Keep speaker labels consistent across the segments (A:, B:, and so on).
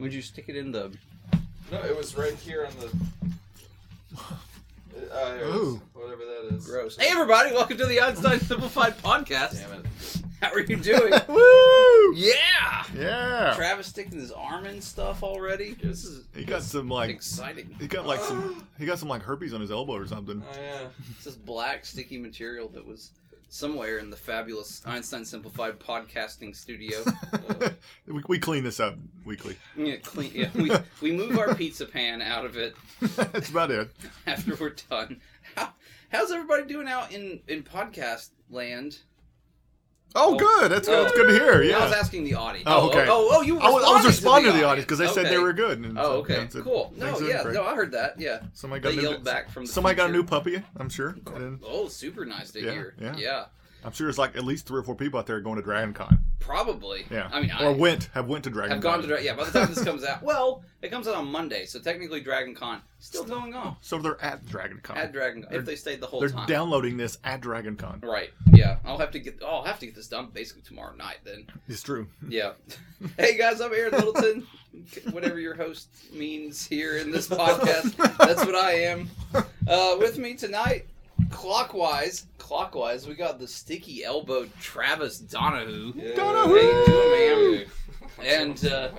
A: did you stick it in the?
B: No, it was right here on the. Uh, it was-
C: Ooh.
B: whatever that is.
A: Gross. Hey everybody, welcome to the Einstein Simplified Podcast.
B: Damn it.
A: How are you doing?
C: Woo!
A: yeah.
C: Yeah.
A: Travis sticking his arm in stuff already. This is
C: He got some like
A: exciting.
C: he got like some he got some like herpes on his elbow or something.
B: Oh yeah.
A: It's this black sticky material that was somewhere in the fabulous Einstein Simplified podcasting studio.
C: we, we clean this up weekly.
A: yeah, clean, yeah, we, we move our pizza pan out of it
C: That's about it.
A: after we're done. How, how's everybody doing out in, in podcast land?
C: Oh,
A: Oh.
C: good. That's good. That's good to hear.
A: I was
C: Yeah.
A: asking the audience.
C: Oh, okay.
A: Oh, oh, you.
C: I was, I was
A: responding
C: responding to the audience because they said they
A: Okay.
C: were good. And
A: Oh,
C: so,
A: okay.
C: yeah, so
A: cool. No,
C: things are
A: yeah,
C: great.
A: no, I heard that. Yeah,
C: Somebody got
A: they
C: a new,
A: yelled back from. The
C: Somebody got a new
A: future.
C: puppy. I'm sure. I didn't-
A: Oh, super nice to
C: Yeah,
A: hear.
C: yeah.
A: yeah.
C: I'm sure it's like at least three or four people out there going to Dragon Con.
A: Probably.
C: Yeah.
A: I mean,
C: or
A: I
C: went have went to Dragon.
A: have
C: Con.
A: gone to Dra- yeah. By the time this comes out, well, it comes out on Monday, so technically Dragon Con still going on
C: So they're at Dragon Con.
A: at Dragon. Con,
C: Oh. They're-
A: if they stayed the whole
C: they're
A: time.
C: downloading this at Dragon Con.
A: Right. Yeah. I'll have to get. Oh, I'll have to get this done basically tomorrow night then.
C: It's true.
A: Yeah. hey guys, I'm Aaron Littleton. Whatever your host means here in this podcast, that's what I am. Uh, with me tonight, clockwise, clockwise, we got the sticky elbow Travis Donahue.
B: yeah.
C: Donahue!
A: How you doing,
B: man?
A: And, uh,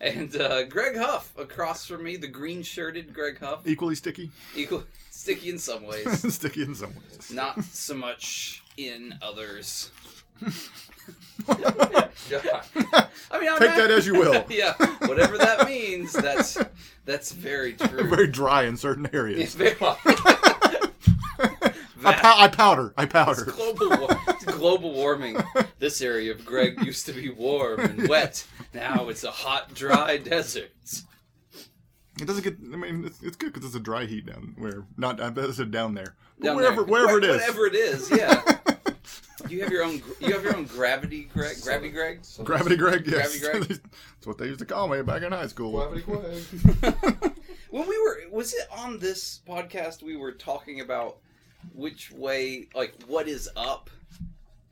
A: And uh, Greg Huff across from me, the green shirted Greg Huff,
C: Equally sticky.
A: equal sticky in some ways,
C: sticky in some ways.
A: not so much in others.
B: God.
A: I mean, I'm
C: Take that as you will.
A: yeah, whatever that means, that's that's very true.
C: Very dry in certain areas.
A: It's very-
C: I, pow- I powder. I
A: it's
C: powder.
A: global, wa- it's global warming. This area of Greg used to be warm and wet. Now it's a hot, dry desert.
C: It doesn't get. I mean, it's, it's good because it's a dry heat down where not. I bet it's a down there. But
A: Down
C: wherever,
A: there.
C: wherever it
A: Where-
C: is.
A: whatever it is, yeah. You have your own. gr- You have your own gravity, Greg. Gravity, Greg.
B: So-
C: Gravity Greg. Yes.
A: Gravity
C: That's what they used to call me back in high school.
B: Gravity Greg.
A: When we were, was it on this podcast we were talking about which way, like what is up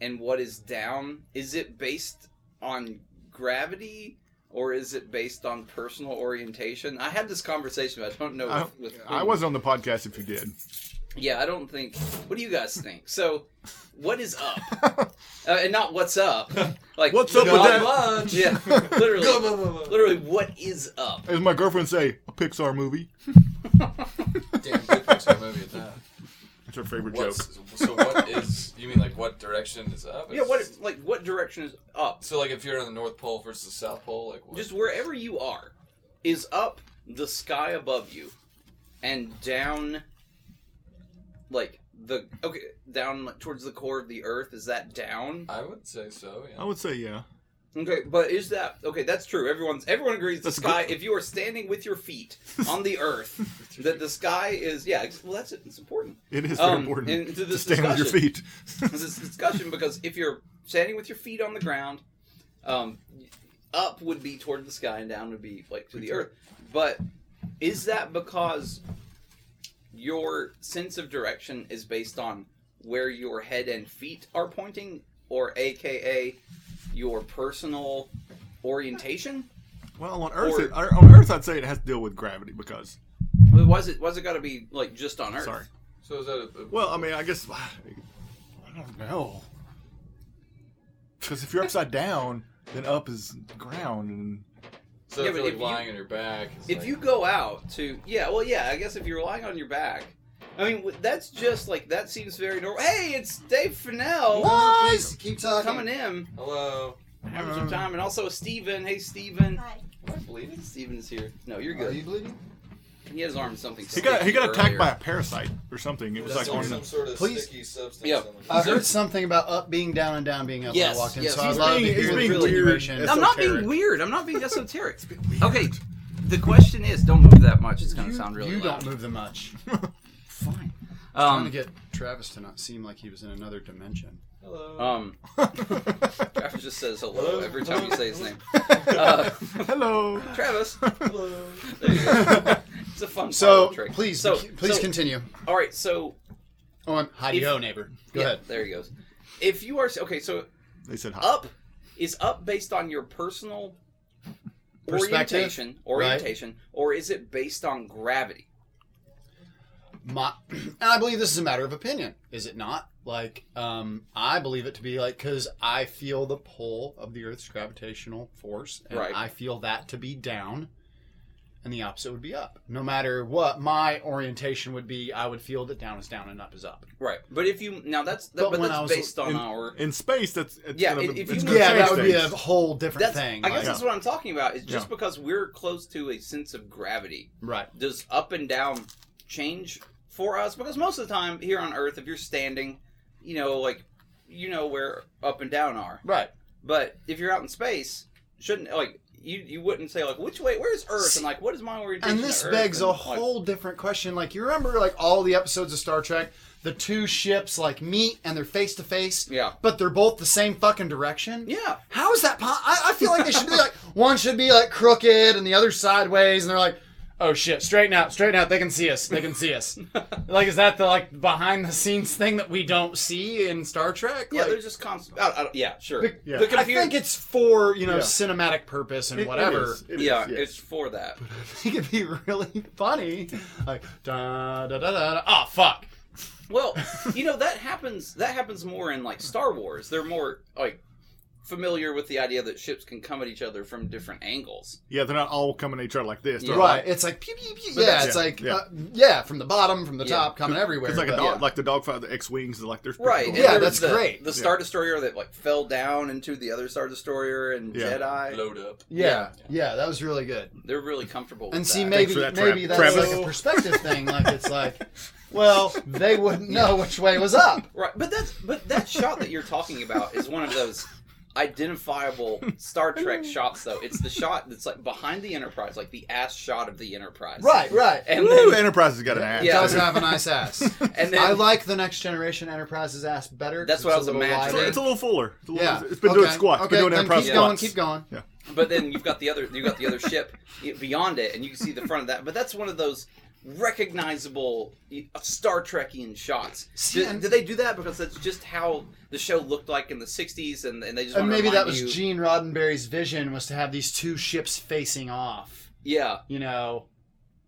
A: and what is down? Is it based on gravity or is it based on personal orientation? I had this conversation, but I don't know.
C: I,
A: with- with
C: I
A: whom.
C: wasn't on the podcast if you did.
A: Yeah, I don't think. What do you guys think? So, what is up? uh, and not what's up. Like
C: What's up
A: the-
C: with that?
B: Lunch.
A: Yeah,
B: Blah,
A: literally,
B: blah, blah, blah.
A: literally, what is up?
C: As my girlfriend say, a Pixar movie.
B: Damn good Pixar movie at that.
C: That's her favorite joke.
B: What's, so what is? You mean like what direction is up?
A: Yeah, what like what direction is up?
B: So like if you're on the North Pole versus the South Pole, like what?
A: just wherever you are is up the sky above you and down like the okay down like, towards the core of the earth is that down
B: I would say so. Yeah.
A: Oh.
C: I would say yeah.
A: okay but is that okay that's true everyone's everyone agrees the
C: That's
A: sky
C: good.
A: if you are standing with your feet on the earth that the sky is yeah ex- well that's it it's important
C: It is very
A: Um,
C: important
A: into
C: to
A: this
C: stand with your
A: discussion.
C: feet.
A: this is a discussion because if you're standing with your feet on the ground, um, up would be toward the sky and down would be like to the earth. But is that because your sense of direction is based on where your head and feet are pointing, or AKA your personal orientation?
C: Well, on Earth,
A: Or-
C: it, on Earth, I'd say it has to deal with gravity because.
A: Was it was it got to be like just on Earth?
C: Sorry.
B: So is that a, a
C: Well, I mean, I guess I don't know. Because if you're upside down, then up is ground, and
B: so
A: Yeah,
B: if
A: but
B: you're like
A: if you-
B: lying on your back? it's
A: If
B: like-
A: you go out to yeah, well yeah, I guess if you're lying on your back, I mean w- that's just like that seems very normal. Hey, it's Dave Fennell
C: Nice!
D: Keep talking.
A: coming in,
B: hello,
C: um,
A: having
D: Uh-huh.
A: some time, and also Steven. Hey Steven,
E: Hi.
B: am I bleeding?
A: Steven is here. No, you're
D: Are
A: good.
D: Uh, you bleeding?
A: He had his arm in something.
C: he got he
A: sticky
C: got attacked
A: earlier.
C: by a parasite or something. It was
B: That's
C: like on
B: some
C: the-
B: sort of
D: Please-
B: sticky substance.
A: Yeah.
B: on the-
D: I heard something about up being down and down being up
A: Yes,
D: when I walked in,
A: yes.
D: so I'd
A: He's
D: love
C: being-
D: to
C: he's
D: hear the
C: being weird.
D: continuation.
C: It's
A: I'm not being
C: Esoteric.
A: weird. I'm not being esoteric. okay, the question is, don't move that much. It's gonna
D: you
A: sound really
D: you
A: loud.
D: don't move them much.
A: Fine.
D: I'm trying to
A: Um,
D: get Travis to not seem like he was in another dimension.
B: Hello.
A: um, Travis just says hello
B: Hello?
A: every time you say his name. Uh,
C: Hello.
A: Travis.
B: hello.
A: There you go. It's a fun
D: So
A: parlor trick.
D: please,
A: So-
D: please
A: so-
D: continue.
A: All right, so
D: Oh, I'm hi
A: If-
D: yo neighbor. Go
A: yeah,
D: ahead.
A: There he goes. If you are okay, so
C: They said hi.
A: up is up based on your personal
D: Perspective,
A: orientation, orientation, or is it based on gravity?
D: my, and I believe this is a matter of opinion, is it not? Like, um, I believe it to be like because I feel the pull of the Earth's gravitational force, and
A: Right.
D: I feel that to be down, and the opposite would be up. No matter what, my orientation would be, I would feel that down is down and up is up.
A: Right. But if you now that's that,
D: But
A: but
D: when I
A: that's
D: was
A: based on
C: in-
A: our
C: In space, that's it's
A: Yeah,
C: Gonna,
A: if- if
C: it's
A: you-
C: gonna
D: Yeah,
C: change
D: that would be a
C: things.
D: whole different
A: that's
D: thing.
A: I guess
D: like-
A: that's what I'm talking about. Is just
C: Yeah.
A: because we're close to a sense of gravity,
D: right.
A: does up and down change for us? Because most of the time here on Earth, if you're standing, you know, like you know where up and down are.
D: Right.
A: But if you're out in space, shouldn't like you you wouldn't say like which way where's Earth and like what is my orientation?
D: And
A: to
D: this
A: Earth?
D: begs a
A: And, like,
D: whole different question. Like you remember like all the episodes of Star Trek, the two ships like meet and they're face to face,
A: Yeah.
D: but they're both the same fucking direction.
A: Yeah.
D: How is that? Po- I, I feel like they should be like one should be like crooked and the other sideways, and they're like, oh shit, straighten out, straighten out. They can see us. They can see us. like is that the like behind the scenes thing that we don't see in Star Trek?
A: Yeah,
D: Like,
A: they're just constant. I, I, yeah, sure.
D: Be-
C: yeah.
A: The
D: I
A: computer-
D: think it's for you know
C: Yeah.
D: cinematic purpose and
C: It- it
D: whatever.
C: is, it is,
A: yeah,
C: yes.
A: it's for that.
D: think it'd be really funny. Like da da da da. da. Oh fuck.
A: Well, you know that happens. That happens more in like Star Wars. They're more like familiar with the idea that ships can come at each other from different angles.
C: Yeah, they're not all coming at each other like this. They're
A: Yeah.
C: all-
D: Right. It's like pew pew pew. Yeah.
C: that's-
D: it's
C: yeah,
D: like
C: yeah.
D: Uh, yeah, from the bottom, from the
A: Yeah.
D: top, coming everywhere.
C: It's like a
D: but-
C: dog, like the dogfight, the X wings, like they're
A: Right. and
D: Yeah,
A: there was
D: that's
A: the-
D: great.
A: The Star Destroyer that like fell down into the other Star Destroyer and
C: Yeah.
A: Jedi.
B: Oh, Load up.
D: Yeah, yeah, that was really good.
A: They're really comfortable.
D: And
A: with
D: see,
A: that.
D: maybe
C: for that,
D: maybe
C: Trav-
D: that's
C: Travis.
D: like a perspective thing. Like it's like, well, they wouldn't know which way was up.
A: Right, but that's but that shot that you're talking about is one of those identifiable Star Trek shots. Though it's the shot that's like behind the Enterprise, like the ass shot of the Enterprise.
D: Right, right.
A: And
C: Woo,
A: then,
C: Enterprise has got an ass.
A: Yeah.
D: Does have a nice ass.
A: and then
D: I like the next generation Enterprise's ass better. 'cause
A: That's what
D: it's
A: I was
D: a little
A: imagining.
C: It's, a-
D: wider.
C: it's a little fuller. It's, a little,
D: yeah,
C: it's been doing squats.
D: Okay,
C: been doing
D: then
C: Enterprise
D: keep going.
C: squats.
D: Keep going.
A: but then you've got the other you got the other ship beyond it and you can see the front of that but that's one of those recognizable uh, star trekian shots
D: See,
A: did,
D: and-
A: did they do that because that's just how the show looked like in the 60s and, and they just
D: And
A: wanna
D: maybe that
A: remind
D: was
A: you-
D: Gene Roddenberry's vision was to have these two ships facing off.
A: yeah
D: You know,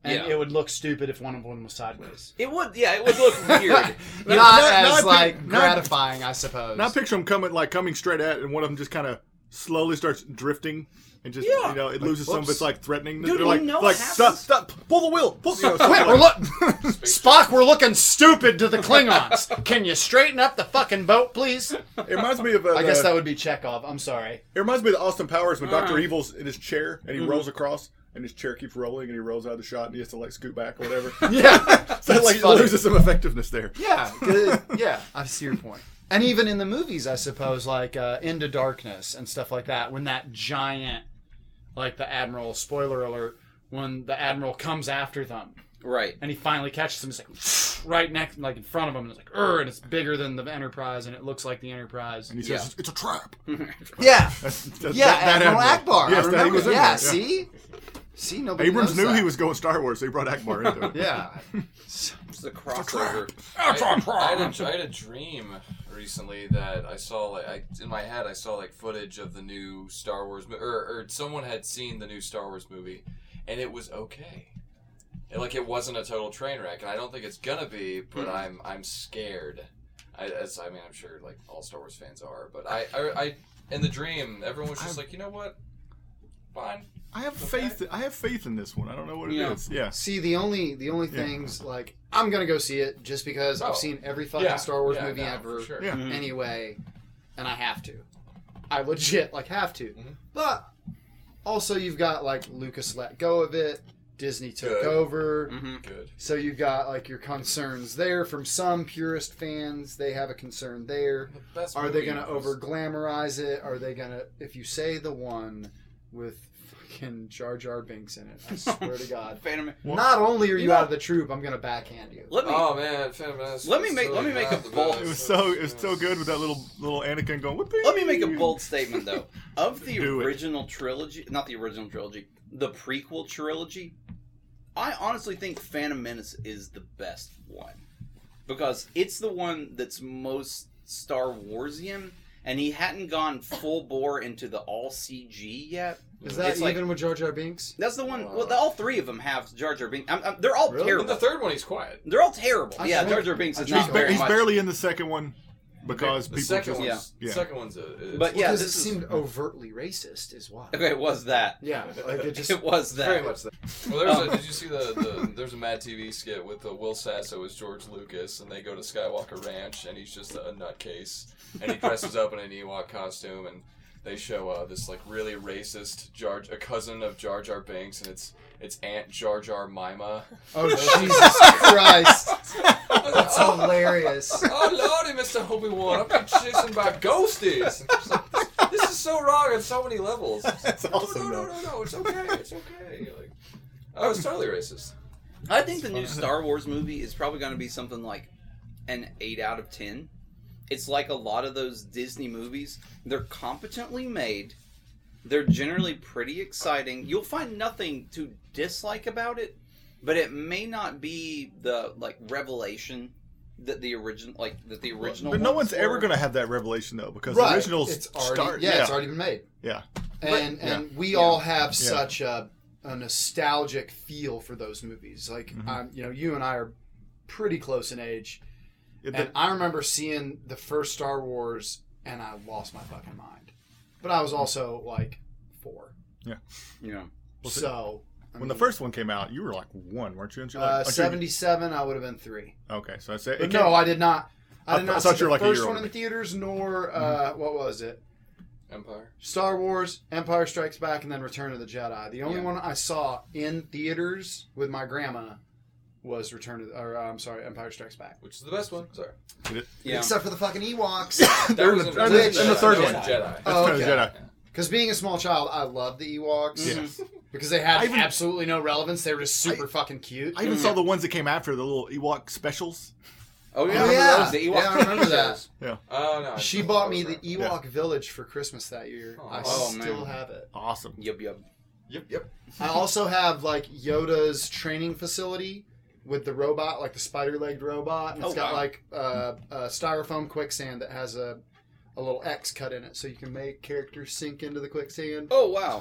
D: and
A: Yeah.
D: it would look stupid if one of them was sideways.
A: it would yeah it would look weird
D: Not,
C: not-
D: as
C: not-
D: like
C: not-
D: gratifying, I suppose.
C: Now picture them coming like coming straight at, and one of them just kind of slowly starts drifting, and just
A: Yeah.
C: you know it loses some of
D: whoops.
C: its like threatening.
A: Dude,
C: They're
A: you
C: like,
A: know
C: like
A: it
C: stop,
A: happens."
C: stop, pull the wheel, pull. You know,
D: Wait,
C: something
D: we're
C: like-
D: look, Spock, we're looking stupid to the Klingons. Can you straighten up the fucking boat, please?
C: It reminds me of. Uh,
D: I guess that would be Chekhov. I'm sorry.
C: It reminds me of the Austin Powers when Doctor
A: right.
C: Evil's in his chair and he
A: Mm-hmm.
C: rolls across, and his chair keeps rolling, and he rolls out of the shot, and he has to like scoot back or whatever.
D: Yeah,
C: so like it
D: funny.
C: loses some effectiveness there.
D: Yeah, good. yeah. I see your point. And even in the movies, I suppose, like uh, Into Darkness and stuff like that, when that giant, like the admiral. Spoiler alert. When the admiral comes after them,
A: right
D: and he finally catches him. It's like right next, like in front of him, and it's like, "Urgh," and it's bigger than the Enterprise, and it looks like the Enterprise.
C: And he
A: Yeah.
C: says, "It's- "It's a trap."
D: Yeah,
C: That's, that's,
D: yeah, Admiral
C: admiral.
D: Akbar.
C: Yes,
D: I
C: that he
D: remember.
C: was in
D: yeah,
C: there,
D: see, see, nobody.
C: Abrams
D: knows
C: knew
D: that.
C: he was going Star Wars, so he brought Akbar into it.
D: Yeah,
A: it's the crossover
B: I, I had, a, I had a dream recently that I saw like I, in my head I saw like footage of the new Star Wars mo- or or someone had seen the new Star Wars movie and it was okay. And, like it wasn't a total train wreck and I don't think it's gonna be, but I'm I'm scared. I, as, I mean I'm sure like all Star Wars fans are, but I I, I in the dream everyone was just like you know what, fine.
C: I have faith. I have faith in this one. I don't know what it is.
A: Yeah.
C: Yeah.
D: see, the only the only
C: Yeah.
D: things like I'm gonna go see it just because
B: Oh.
D: I've seen every fucking Star Wars
B: yeah,
D: movie
B: no,
D: ever
B: for sure.
C: Yeah.
A: Mhm.
D: anyway, and I have to. I legit like have to.
C: Mm-hmm.
B: Mhm.
D: But also, you've got like Lucas let go of it. Disney took
B: Good.
D: over.
A: hmm
B: Good.
D: So you've got like your concerns there from some purist fans. They have a concern there.
B: The best
D: Are they
B: movie
D: going to
B: was-
D: over glamorize it? Are they going to, if you say the one with fucking Jar Jar Binks in it, I swear to God,
A: Phantom
D: not only are you
A: No.
D: out of the troop, I'm going to backhand you.
A: let me
B: Oh man, Phantom Menace
A: Let me
B: was
A: make-
B: so
A: let me make
B: bad,
A: a
B: the
A: bold-
B: best.
C: It was so it was so good with that little little Anakin going. Whoopee!
A: Let me make a bold statement though. Of the
C: Do it.
A: original trilogy, not the original trilogy, the prequel trilogy, I honestly think Phantom Menace is the best one because it's the one that's most Star Warsian and he hadn't gone full bore into the all CG yet.
D: Is that
A: It's like-
D: even with Jar Jar Binks?
A: That's the one. Well, the, all three of them have Jar Jar Binks. I'm, I'm, they're all
D: Really?
B: In the
A: terrible.
B: third one, he's quiet.
A: They're all terrible.
D: I
A: yeah,
D: think-
A: Jar Jar Binks
D: I
A: is
D: think
A: not
C: He's,
D: Not
C: ba-
A: very
C: he's
A: much.
C: barely in the second one because
B: the
C: people
B: second
C: just
B: one,
A: Yeah.
B: the
C: Yeah.
B: second one's a,
A: But
B: but
A: yeah,
D: because
A: this
D: it
A: is-
D: seemed overtly racist, is why.
A: Okay, it was that.
D: Yeah, like it just
A: It was that.
B: very much that. Well, there's
A: Um.
B: a, did you see the, the there's a Mad TV skit with uh, Will Sasso as George Lucas, and they go to Skywalker Ranch, and he's just a nutcase, and he dresses up in an Ewok costume, and they show uh, this like really racist Jar, a cousin of Jar Jar Binks, and it's it's Aunt Jar Jar Mima.
D: Oh Jesus Christ! That's
B: oh,
D: hilarious.
B: oh lordy, Mister Obi Wan, I've been chasing by ghosties. And it's like, this, this is so wrong on so many levels. Oh,
C: That's awesome.
B: no, no,
C: though.
B: no, no, no, it's okay, it's okay. Like, I was totally racist.
A: I think the new Star Wars movie is probably going to be something like an 8 out of 10. It's like a lot of those Disney movies. They're competently made, they're generally pretty exciting. You'll find nothing to dislike about it, but it may not be the like revelation that the original like that the original
C: But no
A: ones
C: one's ever
A: were.
C: going to have that revelation though, because
D: Right.
C: the originals
D: it's already,
C: start.
D: yeah, it's already been made.
C: Yeah.
D: and
C: yeah.
D: and we all have such a, a nostalgic feel for those movies. Like
C: Mm-hmm.
D: I'm, you know, you and I are pretty close in age,
C: It-
D: and I remember seeing the first Star Wars, and I lost my fucking mind. But I was also like four,
A: Yeah.
C: Well, see,
D: so I
C: when the
D: mean,
C: first one came out, you were like one, weren't you? Aren't you like,
D: uh,
C: aren't you-
D: seventy-seven, I would have been three.
C: Okay, so I said
D: But
C: it
D: no,
C: came-
D: I did not. I
C: I
D: did
C: th- I
D: not
C: thought
D: see
C: you
D: the
C: were like a
D: first
C: year
D: one in
C: older.
D: the
C: Mm-hmm.
D: theaters, nor uh, what was it?
B: Empire.
D: Star Wars, Empire Strikes Back, and then Return of the Jedi. The only
A: Yeah.
D: one I saw in theaters with my grandma was Return of, or uh, I'm sorry, Empire Strikes Back.
B: Which is the best one? Sorry.
A: Yeah.
D: Except for the fucking Ewoks.
C: They're in
B: was
C: the-
B: in
C: they're in
D: the-
B: Return of
D: in the third
B: Jedi.
A: one.
B: Jedi.
C: That's
D: Oh,
C: Return of the
D: okay.
C: Jedi.
D: Because being a small child, I loved the Ewoks
A: Mm-hmm.
C: Yes.
D: because they had
C: I even-
D: absolutely no relevance. They were just super fucking cute.
C: I even saw the ones that came after the little Ewok specials.
A: Oh yeah,
D: Oh,
A: remember
D: yeah.
A: those? The Ewok
D: Yeah, I remember
A: TV
D: that.
A: shows.
B: Oh no. I
D: she
B: just-
D: bought me the e-
B: Yeah.
D: Ewok Village for Christmas that year. I
B: Oh,
D: still
A: man.
D: have it.
C: Awesome.
A: Yup yup.
B: Yep, yep.
D: I also have like Yoda's training facility with the robot, like the spider-legged robot, and it's
A: Oh,
D: got
A: wow.
D: like uh, a styrofoam quicksand that has a a little X cut in it, so you can make characters sink into the quicksand.
A: Oh wow.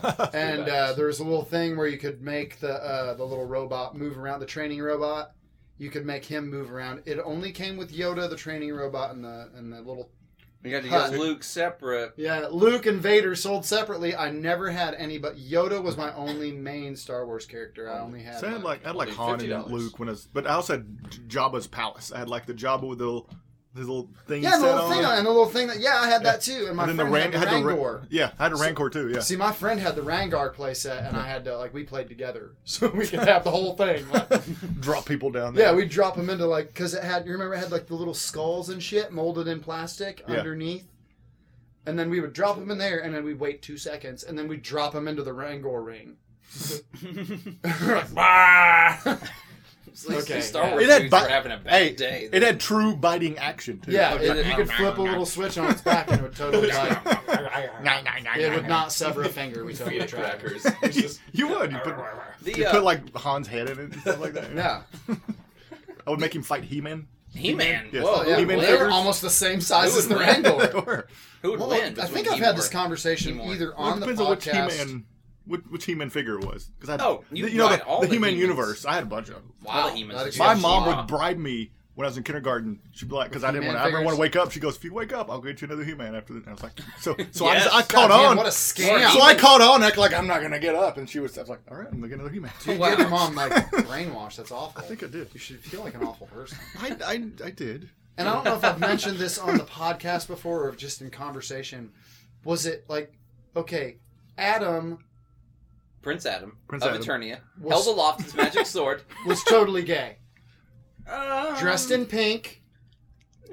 B: badass.
D: and uh, there's a little thing where you could make the uh, the little robot move around, the training robot. You could make him move around. It only came with Yoda, the training robot, and the and the little
A: You got to
D: Huh.
A: get Luke separate.
D: yeah. Luke and Vader sold separately. I never had any, but Yoda was my only main Star Wars character.
A: Oh,
D: I only had
C: So I had like I had like
B: Only
C: Han and
B: $50.
C: Luke when I was, but I also had Jabba's palace. I had like the Jabba with the little, the little thing.
D: Yeah, and the
C: set
D: little
C: on
D: thing,
C: it.
D: and the little thing that yeah, I had that too. And my
C: and then the,
D: friend
C: ran-
D: had the
C: had the Ra-
D: Rangor.
C: yeah, I had a Rancor too. Yeah,
D: See, my friend had the Rangar playset, and I had to like we played together, so we could have the whole thing. Like,
C: drop people down
D: yeah,
C: there.
D: we'd drop them into like because it had you remember it had like the little skulls and shit molded in plastic
C: Yeah.
D: underneath, and then we would drop them in there, and then we'd wait two seconds, and then we'd drop them into the Rangor ring.
A: These
D: Okay,
A: Star
D: yeah.
A: Wars
C: It had
A: dudes
C: bi-
A: were having a bad
C: hey,
A: day.
C: it had true biting action too.
D: yeah,
A: Okay.
D: it- you could flip a little switch on its back, and it would totally like
C: Nah, nah, nah,
D: it
C: nah,
D: would
C: nah.
D: not sever a finger. We totally
B: Feed
D: tried.
B: crackers.
C: you, you would. You put,
A: the
C: you
A: uh,
C: put like Han's head in it and stuff like that.
D: Yeah.
C: I would make him fight He-Man.
A: He-Man.
C: Yes.
A: Whoa,
D: Yeah,
A: who
C: He-Man
A: would win?
D: well, they were
C: figures.
D: almost the same size
A: Who
D: as the
A: would win?
D: Randor.
C: They were.
A: Who would
D: Well,
A: win?
D: I think
A: between
D: I've had this
A: He-Man?
D: conversation
A: He-more.
D: either
C: Well,
D: on
C: it
D: the
C: depends on which
D: podcast.
C: He-Man, which, which He-Man figure it was. Because I,
A: Oh,
C: the-
A: you
C: you, know,
A: got
C: the,
A: all
C: the
A: the
C: He-Man
A: He-Mans.
C: universe. I had a bunch of. them.
A: Wow,
D: Wow.
A: He-Man's
D: That
A: a
D: is-
A: good
C: My
D: Yeah,
C: mom
A: shot.
C: would bribe me when I was in kindergarten. She'd be like, because I didn't
D: He-Man
C: want, I didn't want
D: figures?
C: to wake up. She goes, "If you wake up, I'll get you another He-Man." After that, I was like, so, so
A: Yes.
C: I, I caught
D: Goddamn,
C: on.
D: what a scam.
C: So I caught on, act like I'm not gonna get up, and she was, I was like, "All right, I'm gonna get another He-Man."
D: You gave your mom like brainwash. That's awful.
C: I think I did.
D: You should feel like an awful person.
C: I, I, I did.
D: And I don't know if I've mentioned this on the podcast before or just in conversation. Was it like, okay, Adam
A: Prince Adam
C: Prince
A: of
C: Adam.
A: Eternia
D: Was-
A: held aloft his magic sword,
D: was totally gay,
A: um,
D: dressed in pink,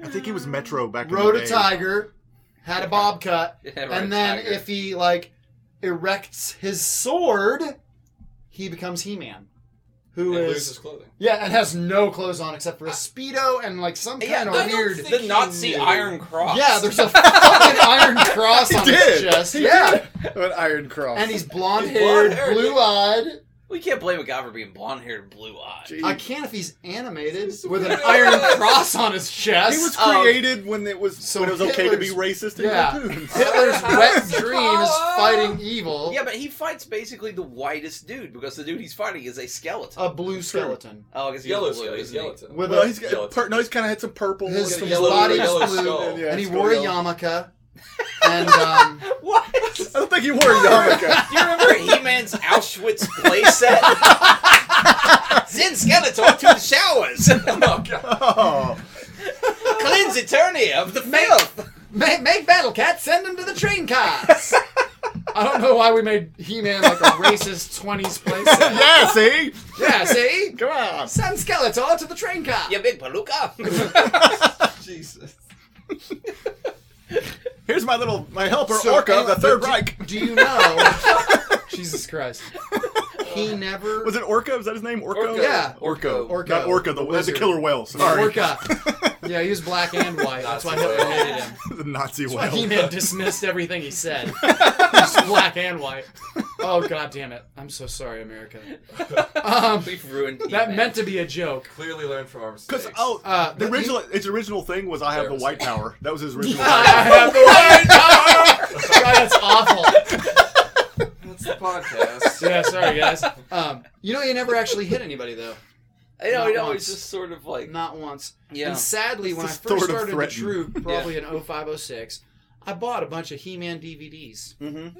C: I think he was Metro back.
D: rode
C: in the
D: a
C: day.
D: tiger, had a bob cut,
A: Yeah, right,
D: and then
A: tiger.
D: if he like erects his sword, he becomes He-Man, who
B: He
D: is.
B: loses clothing.
D: Yeah, and has no clothes on except for a speedo and like some
A: yeah,
D: kind
A: I
D: of
A: don't
D: weird.
A: think the Nazi Iron Cross.
D: Yeah, there's a fucking iron cross
C: He
D: on his
C: did.
D: chest.
C: He
D: yeah,
C: did. An Iron Cross.
D: and he's blonde
B: He's blonde-haired.
D: haired, blue eyed.
A: We can't blame a guy for being blonde haired and blue eyed.
C: Jeez.
D: I can if he's animated
B: This is
D: with an
B: weird.
D: iron cross on his chest. Oh,
C: He was
A: Um,
C: created when it was
D: so
C: when it was okay to be racist in
D: yeah.
C: cartoons.
D: Hitler's wet dream is fighting evil.
A: Yeah, but he fights basically the whitest dude because the dude he's fighting is a skeleton.
D: A blue skeleton.
A: oh, I guess he's
B: Yellow
A: blue,
B: skull. He's
A: isn't he?
B: yellow. skull.
D: With
C: Well,
D: a,
C: he's
B: Yellow.
C: got, per, no, he's kind of had some purple.
D: his,
B: got
C: some
B: a
D: his
B: yellow-
D: body
B: yellow
D: is blue,
B: skull.
C: Yeah,
D: and he
C: it's
D: wore a
C: yellow.
D: yarmulke. and um,
A: What?
C: I don't think he wore a yarmulke.
A: Do you remember He-Man's Auschwitz playset? Send Skeletor to the showers.
B: Oh, God.
C: oh,
A: Cleanse Eternia of the filth.
D: make, make Battle Cat send him to the train cars. I don't know why we made He-Man like a racist 20s place.
C: yeah. See,
D: Yeah, see?
C: come on.
D: Send Skeletor to the train car.
A: You big palooka.
B: Jesus.
C: Here's my little my helper
D: So,
C: Orca of the
D: anyway,
C: Third
D: but
C: Reich.
D: Do you know? Jesus Christ. He never.
C: Uh, Was it Orca? Was that his name? Orca.
B: Orca.
D: Yeah.
B: Orco.
D: Orca.
C: Not Orca. The, that's a
D: wizard.
C: killer whale. Sorry.
D: Orca. Yeah, he was black and white. That's why Hitler
B: Nazi whale.
D: hated him.
C: the Nazi whale.
D: He Man dismissed everything he said. He was black and white. Oh god damn it. I'm so sorry, America. Um,
A: We've ruined
D: that
A: He-Man.
D: meant to be a joke.
B: Clearly learned from our mistakes.
C: Because oh,
D: Uh,
C: the
D: the-
C: original its original thing was I have the white power. That was his original.
D: I have the right power! God, that's awful.
B: That's the podcast.
D: Yeah, sorry guys. Um, you know he never actually hit anybody though.
A: I know, I
D: Not
A: know.
D: once.
A: It's just sort of like
D: Not once.
A: yeah.
D: And sadly, when I
C: It's
D: first
C: sort of
D: started the
C: threatened.
D: troop, probably in 0506, I bought a bunch of He-Man DVDs.
C: Mhm.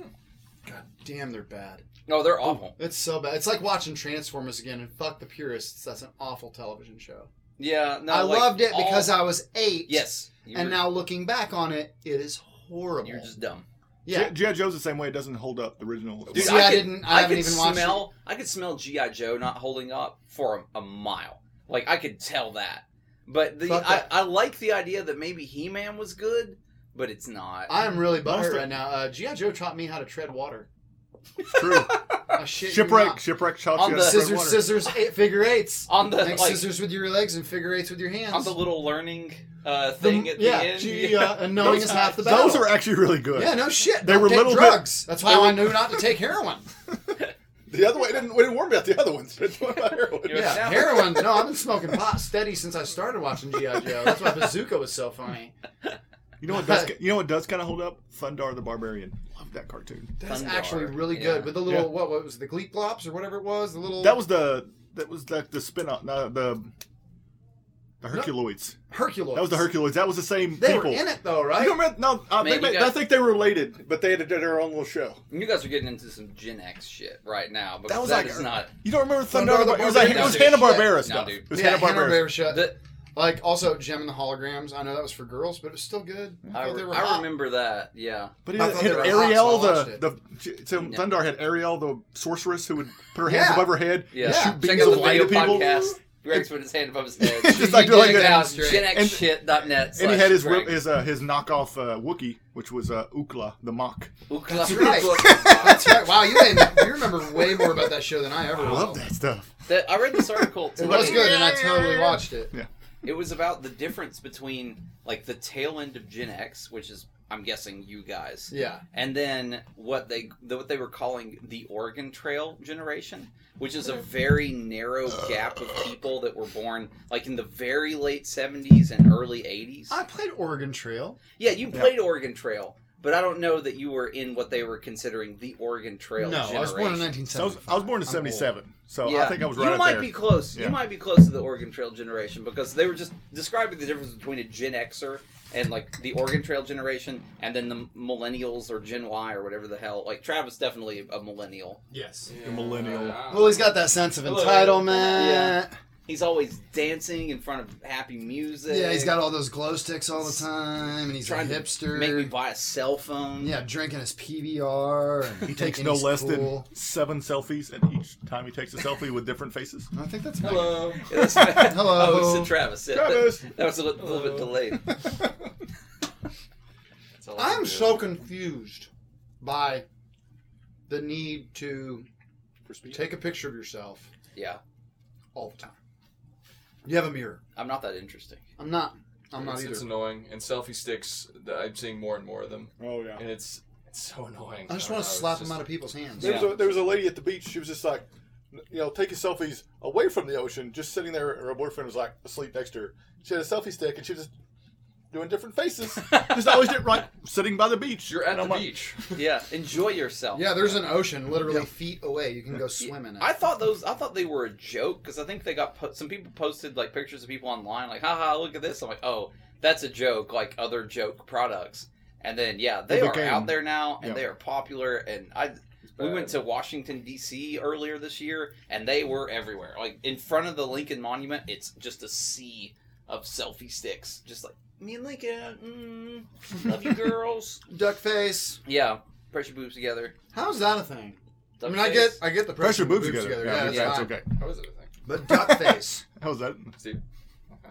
D: God damn, they're bad.
A: No, they're awful.
D: It's so bad. It's like watching Transformers again. And fuck the purists, that's an awful television show.
A: Yeah. No,
D: I
A: like,
D: loved it
A: all-
D: because I was eight.
A: yes. You
D: and
A: were-
D: now looking back on it, it is horrible.
A: you're just dumb.
D: yeah.
C: G- GI Joe's the same way. It doesn't hold up the original.
A: Dude,
D: See, I,
A: could-
D: didn't. I, haven't
A: could
D: even watched.
A: smell. I could smell GI Joe not holding up for a, a mile. Like I could tell that. But the
D: Fuck
A: I,
D: that.
A: I like the idea that maybe He Man was good, but it's not.
D: I am really bummed
C: Monster-
D: right now. Uh, GI Joe taught me how to tread water.
C: It's true.
D: I shit you
C: Shipwreck.
D: not.
C: Shipwreck. Shot
A: On
C: you
A: the-
C: out of
D: scissors,
C: water.
D: scissors, eight, figure eights.
A: on the
D: Make
A: like
D: scissors with your legs and figure eights with your hands.
A: on the little learning uh,
D: The-
A: thing at
D: yeah,
A: the end.
D: G, uh, and knowing
A: Those-
D: is half the battle.
C: Those are actually really good.
D: yeah, no shit.
C: They
D: Don't
C: were
D: take
C: little bit-
D: drugs. That's why
C: they were-
D: I knew not to take heroin.
C: The other way I didn't. We didn't warn about the other ones. It's one about heroin.
A: You know,
D: Yeah,
A: now-
D: heroin. No, I've been smoking pot steady since I started watching GI Joe. That's why Bazooka was so funny.
C: You know what does you know what does kind of hold up? Thundar the Barbarian. Love that cartoon.
D: That's
A: Thundar.
D: actually really
A: Yeah.
D: good with the little
C: Yeah.
D: what, what was it, the Gleek Glops or whatever it was. The little
C: That was the that was the the spin off no, the the Herculoids.
D: Hercules.
C: That was the Herculoids. That was the same
D: They
C: people.
D: were in it though,
C: You
D: right?
C: remember? No, uh,
A: Man,
C: they
A: you
C: made,
A: got-
C: I think they were related, but they had to do their own little show.
A: You guys are getting into some Gen X shit right now, but that
C: That was like-
A: is not
C: You don't remember
D: Thunder
C: Thunder?
D: the
C: It was, like, it was
A: Barbarian?
C: Hanna
D: No,
C: Barbera
A: dude.
C: stuff.
A: No, dude.
C: It was
D: yeah,
C: Hanna Barbera.
D: Hanna-Barbera shit.
A: The-
D: like also Gem and the Holograms. I know that was for girls, but it was still good.
A: I,
D: thought they were
A: I
D: hot.
A: remember that. Yeah.
C: But
D: I
C: it
D: thought
C: had
D: they were
C: Ariel,
D: hot, so I
C: the,
D: watched
C: the so
A: Yeah.
C: Thunder had Ariel, the sorceress, who would put her hands
D: Yeah.
C: above her head
A: Yeah.
C: and
D: Yeah.
C: shoot
A: Check
C: beams
A: out
C: of
A: the
C: light
A: video
C: at people.
A: podcast. Greg's put his hand above his head.
C: Just
D: You
C: like
D: did
C: doing
D: it
C: like
D: down
C: that.
D: straight.
A: GenXShit.net.
C: And he had his wi- his uh, his knockoff uh, Wookie, which was uh, Ukla the Mock.
D: That's right. That's right. Wow, you, didn't- you remember way more about that show than I ever
C: I
D: will.
C: love that stuff.
A: That- I read this article.
D: It
A: today.
D: was good, and I totally watched it.
A: It was about the difference between like the tail end of Gen X, which is I'm guessing you guys,
D: Yeah,
A: and then what they the, what they were calling the Oregon Trail generation, which is a very narrow gap of people that were born like in the very late 70s and early 80s.
D: I played Oregon Trail.
A: Yeah, you played Oregon Trail, but I don't know that you were in what they were considering the Oregon Trail.
D: no, I was born in
A: generation.
D: 1970.
C: So I was, I was born in '77, so I think I was right
A: You
C: up
A: might
C: there.
A: be close. You
C: Yeah.
A: might be close to the Oregon Trail generation because they were just describing the difference between a Gen Xer and like the Oregon Trail generation, and then the millennials or Gen Y or whatever the hell. Like Travis definitely a millennial.
D: Yes.
B: The
C: millennial.
D: Well, he's got that sense of
B: Hello.
D: entitlement.
A: He's always dancing in front of happy music.
D: Yeah, he's got all those glow sticks all the time, and he's
A: trying
D: a
A: to
D: hipster.
A: make me buy a cell phone.
D: yeah, drinking his PBR. And
C: He takes
D: thinking
C: no
D: he's
C: less
D: cool.
C: than seven selfies, and each time he takes a selfie with different faces.
D: I think that's
B: Hello.
A: That's-
D: Hello.
A: Oh, it's a Travis. Yeah,
C: Travis.
A: That, that was a little, little bit delayed.
B: That's all I
D: I'm
B: can do.
D: so confused by the need to take a picture of yourself
A: Yeah,
D: all the time. You have a mirror.
A: I'm not that interesting.
D: I'm not. I'm not
B: It's,
D: either.
B: it's annoying. And selfie sticks, th- I'm seeing more and more of them.
C: Oh yeah.
B: And it's, it's so annoying.
D: I just
B: don't
D: want
B: know,
D: to
B: it's
D: slap them
B: just-
D: out of people's hands.
A: Yeah.
C: There was a lady at the beach. She was just like,
E: you know, taking selfies away from the ocean, just sitting there, and her boyfriend was like asleep next to her. She had a selfie stick, and she was just doing different faces.
C: Just always did right sitting by the beach.
B: You're at
C: And
B: the
C: I'm like,
B: beach.
A: Yeah, enjoy yourself.
D: Yeah, there's an ocean literally
C: Yeah.
D: feet away. You can go swim in it.
A: I thought those. I thought they were a joke because I think they got po- some people posted like pictures of people online, like "haha, look at this." I'm like, "Oh, that's a joke," like other joke products. And then yeah, they
C: They
A: are
C: became-
A: out there now, and
C: yeah.
A: they are popular. And I, we went to Washington D.C. earlier this year, and they were everywhere. Like in front of the Lincoln Monument, it's just a sea of selfie sticks, just like me and Lincoln. Mm, love you, girls.
D: Duck face.
A: Yeah, press your boobs together.
D: How's that a thing? I mean, I
A: Duckface.
D: get, I get the
C: Press
D: pressure
C: your boobs
D: boobs
C: together.
D: Yeah,
C: Yeah,
D: that's
C: that's
D: fine.
C: okay.
B: How is it a thing?
D: But duck face.
C: How was that?
B: Steve.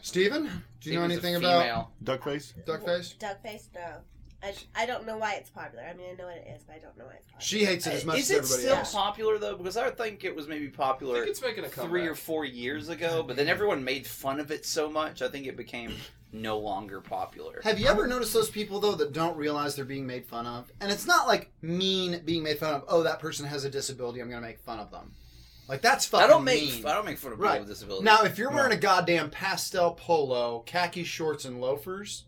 D: Steven, do you know
A: It was a
D: anything about
A: female.
C: Duck face?
D: duck face?
F: Duck face, no. I, sh- I don't know why it's popular. I mean, I know what it is, but I don't know why it's popular.
D: She hates it as much
A: Uh, Is
D: as
A: it
D: everybody
A: still
D: else.
A: popular though? Because I would think it was maybe
B: I
A: popular
B: think it's making a comeback.
A: three or four years ago, but then everyone made fun of it so much, I think it became no longer popular.
D: Have you ever noticed those people though that don't realize they're being made fun of? And it's not like mean being made fun of. Oh, that person has a disability. I'm gonna make fun of them. Like that's fucking.
A: I don't make
D: mean.
A: I don't make fun of people
D: Right.
A: with disabilities.
D: Now, if you're wearing a goddamn pastel polo, khaki shorts, and loafers,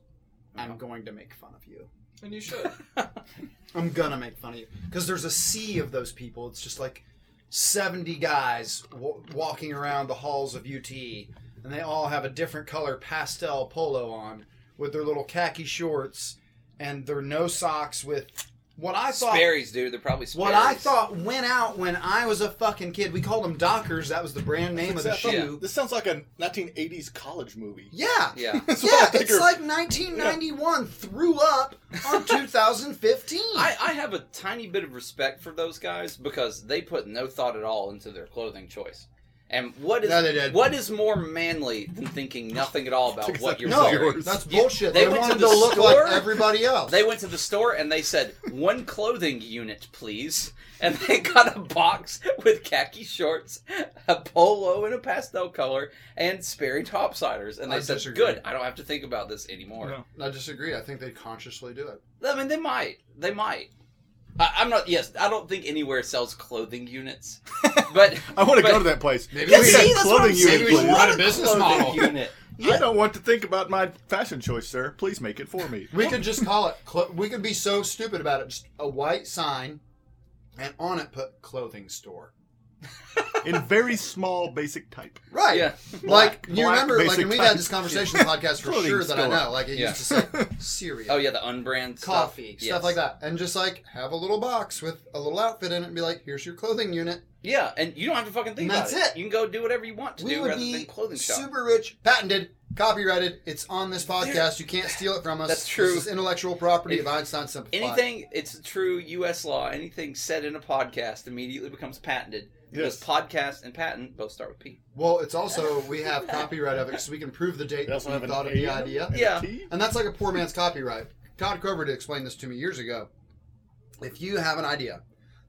D: I'm going to make fun of you.
B: And you should.
D: I'm gonna make fun of you because there's a sea of those people. It's just like 70 guys w- walking around the halls of UT, and they all have a different color pastel polo on with their little khaki shorts and their no socks with what I thought.
A: Sperry's, dude, they're probably Sperry's.
D: What I thought went out when I was a fucking kid. We called them Dockers. That was the brand name of the
E: Exactly.
D: shoe.
E: uh, This sounds like a 1980s college movie.
D: Yeah.
A: Yeah.
E: That's what I
D: Yeah,
E: think
D: it's
E: you're-
D: like 1991 threw up on 2015.
A: I, I have a tiny bit of respect for those guys because they put no thought at all into their clothing choice. And what is
D: No, they did.
A: what is more manly than thinking nothing at all about what you're
D: no,
A: wearing?
D: that's
A: You-
D: bullshit.
A: they
D: They,
A: went to
D: wanted to,
A: the
D: look
A: store.
D: like everybody else.
A: They went to the store and they said, one clothing unit, please. And they got a box with khaki shorts, a polo in a pastel color, and Sperry topsiders. And they
D: I
A: said,
D: disagree.
A: good, I don't have to think about this anymore.
C: No.
D: I disagree. I think they consciously do it.
A: I mean, they might. They might. I, I'm not, yes, I don't think anywhere sells clothing units. But
C: I want to
A: But-
C: go to that place.
D: Maybe
A: Yeah,
D: we
A: see,
D: should-
A: that's what I'm
C: clothing
A: saying.
C: unit,
A: We should
C: please.
A: run
D: a business model.
A: unit.
C: I don't want to think about my fashion choice, sir. Please make it for me.
D: We could just call it. Clo- we could be so stupid about it. Just a white sign, and on it put clothing store.
C: In very small, basic type.
D: Right.
A: Yeah.
D: Like you
C: black
D: remember, like
C: basic
D: and we've had
C: type.
D: this conversation on the podcast for
C: Clothing
D: sure that I
C: store.
D: know. Like it
A: Yeah.
D: used to say cereal,
A: Oh, yeah, the unbrand stuff.
D: coffee, stuff,
A: Yes.
D: like that, and just like have a little box with a little outfit in it, and be like, "Here's your clothing unit."
A: Yeah, and you don't have to fucking think
D: And that's
A: about it.
D: it.
A: You can go do whatever you want to
D: We
A: do
D: would
A: rather
D: be
A: than clothing shop.
D: super rich, patented, copyrighted. It's on this podcast. You can't steal it from us.
A: That's true.
D: This is intellectual property
A: If-
D: of Einstein simplified.
A: Anything, it's true U.S. law. Anything said in a podcast immediately becomes patented. Because
C: Yes.
A: podcast and patent both start with P.
D: Well, it's also we have copyright of it, so we can prove the date
E: They
D: that
E: also
D: we
E: have an
D: thought of
E: A
D: the
E: in it?
D: idea.
A: Yeah.
C: Tea?
D: And that's like a poor man's copyright. Todd Crover did explain this to me years ago. If you have an idea,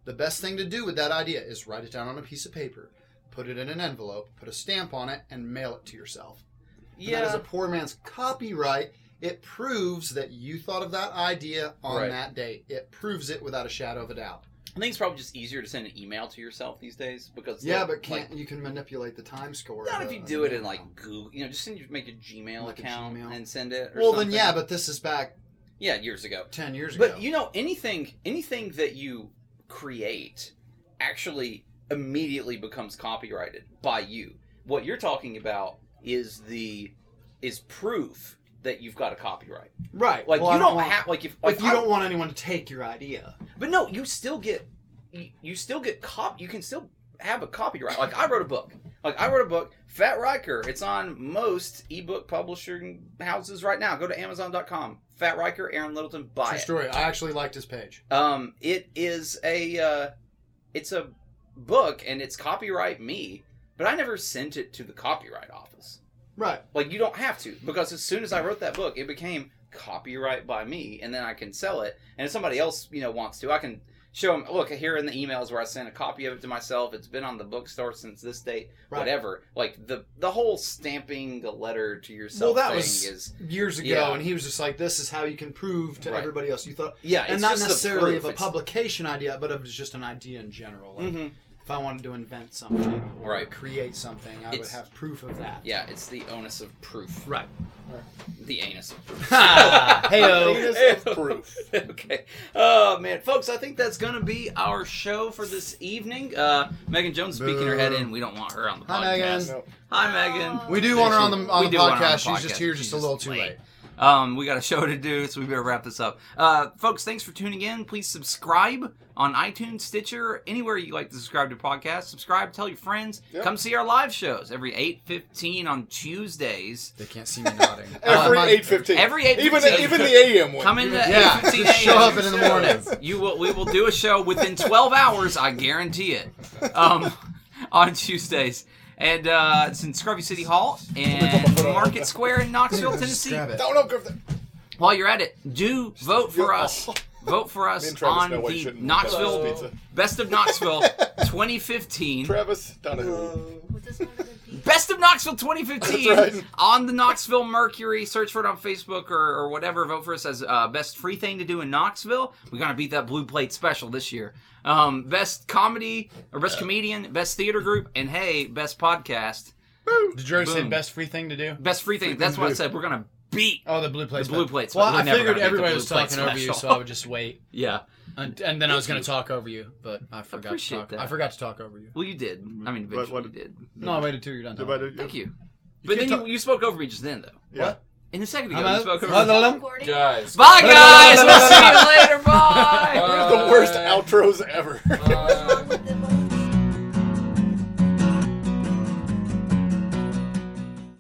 D: the best thing to do with that idea is write it down on a piece of paper, put it in an envelope, put a stamp on it, and mail it to yourself. And That is
A: Yeah.
D: a poor man's copyright. It proves that you thought of that idea on
A: Right.
D: that date. It proves it without a shadow of a doubt.
A: I think it's probably just easier to send an email to yourself these days because
D: Yeah,
A: like-
D: but can't
A: like,
D: you can manipulate the time score?
A: not
D: of
A: if
D: a-
A: you
D: of
A: do
D: an
A: it in
D: email.
A: like Google, you know, just send you make a Gmail
D: Like a
A: account
D: Gmail.
A: and send it. Or
D: Well,
A: something.
D: then yeah, but this is back
A: yeah, years ago.
D: ten years ago.
A: But you know, anything anything that you create actually immediately becomes copyrighted by you. What you're talking about is the is proof that you've got a copyright.
D: Right.
A: Like
D: Well, I
A: you don't,
D: want-
A: have like if
D: Like
A: like
D: you
A: I-
D: don't want anyone to take your idea.
A: But no, you still get you, you still get cop. You can still have a copyright. Like I wrote a book. Like I wrote a book, Fat Riker. It's on most ebook publishing houses right now. Go to Amazon.com. Fat Riker, Aaron Littleton, buy
D: True
A: it.
D: story. I actually liked his page.
A: Um, it is a uh, it's a book and it's copyright me, but I never sent it to the copyright office.
D: Right.
A: Like you don't have to because as soon as I wrote that book, it became copyright by me, and then I can sell it. And if somebody else you know wants to, I can show them. Look here in the emails where I sent a copy of it to myself. It's been on the bookstore since this date.
D: Right.
A: Whatever. Like the the whole stamping the letter to yourself
D: that
A: thing
D: was-
A: is
D: Years ago,
A: Yeah.
D: and he was just like, "This is how you can prove to
A: Right.
D: everybody else." You thought,
A: yeah,
D: and
A: it's
D: not
A: just the
D: necessarily
A: proof.
D: of a
A: It's-
D: publication idea, but of just an idea in general. Like,
A: Mhm.
D: If I wanted to invent something or
A: Right.
D: create something, I would
A: It's-
D: have proof of that.
A: Yeah, it's the onus of proof.
D: Right.
A: The anus of proof.
D: Heyo.
E: Anus of proof.
A: okay. Oh man, folks, I think that's gonna be our show for this evening. Uh, Megan Jones is peeking her head in. We don't want her on the podcast.
D: Hi, Megan.
E: No.
A: Hi, Megan.
D: We do want her on
A: We
D: the on the
A: do want her on
D: podcast. She's
A: podcast.
D: just here, just a little too late.
A: Um, we got a show to do, so we better wrap this up. Uh, folks, thanks for tuning in. Please subscribe on iTunes, Stitcher, anywhere you like to subscribe to podcasts. Subscribe, tell your friends.
E: Yep.
A: Come see our live shows every eight fifteen on Tuesdays.
D: They can't see me nodding.
E: Every
D: Um,
E: eight fifteen.
A: Every eight
E: Even
A: fifteen.
E: the, even the AM one.
A: Come in at
D: Yeah,
A: 8:15
D: just show
A: a.m.
D: up in the morning.
A: You will. We will do a show within 12 hours. I guarantee it. Um, on Tuesdays, and uh, it's in Scruffy City Hall and Market Square in Knoxville,
D: just
A: Tennessee.
D: grab it.
E: Don't know, Griff.
A: While you're at it, do vote for
E: You're-
A: us. Vote for
E: Me
A: us
E: and Travis
A: on
E: know why you
A: the
E: shouldn't vote for
A: Knoxville
E: this pizza.
A: Best of Knoxville 2015.
E: Travis Donahue.
F: What does one of them be?
A: Best of Knoxville 2015
E: That's right.
A: on the Knoxville Mercury. Search for it on Facebook or, or whatever. Vote for us as uh, best free thing to do in Knoxville. We gotta beat that blue plate special this year. Um, best comedy or best comedian, best theater group, and hey, best podcast,
D: Did you already say
A: Boom.
D: best free thing to do?
A: best free thing. That's what I said. We're gonna beat.
D: Oh, the blue plates.
A: The blue plates,
D: Well,
A: but we're
D: I
A: never gonna
D: figured
A: beat the
D: everybody
A: blue
D: was
A: plates
D: talking over you,
A: special.
D: so I would just wait,
A: Yeah.
D: and, and then I was going to talk over you, but I forgot to
A: Appreciate
D: talk.
A: that.
D: I forgot to talk over you.
A: Well, you did. I mean,
C: But
A: eventually
C: what-
A: you did.
D: No, I waited till you're
A: Uh,
D: done. talking.
A: Thank you. But then
C: can't
A: you, you spoke over me just then, though.
C: Yeah.
D: What?
A: In the second
D: I'm
A: ago, you
D: out.
A: spoke over
D: Hello.
A: me.
F: Recording?
B: Guys.
A: Bye, guys. we'll see you later. Bye. Uh,
E: One of the worst
B: Bye.
E: outros ever.
B: Bye.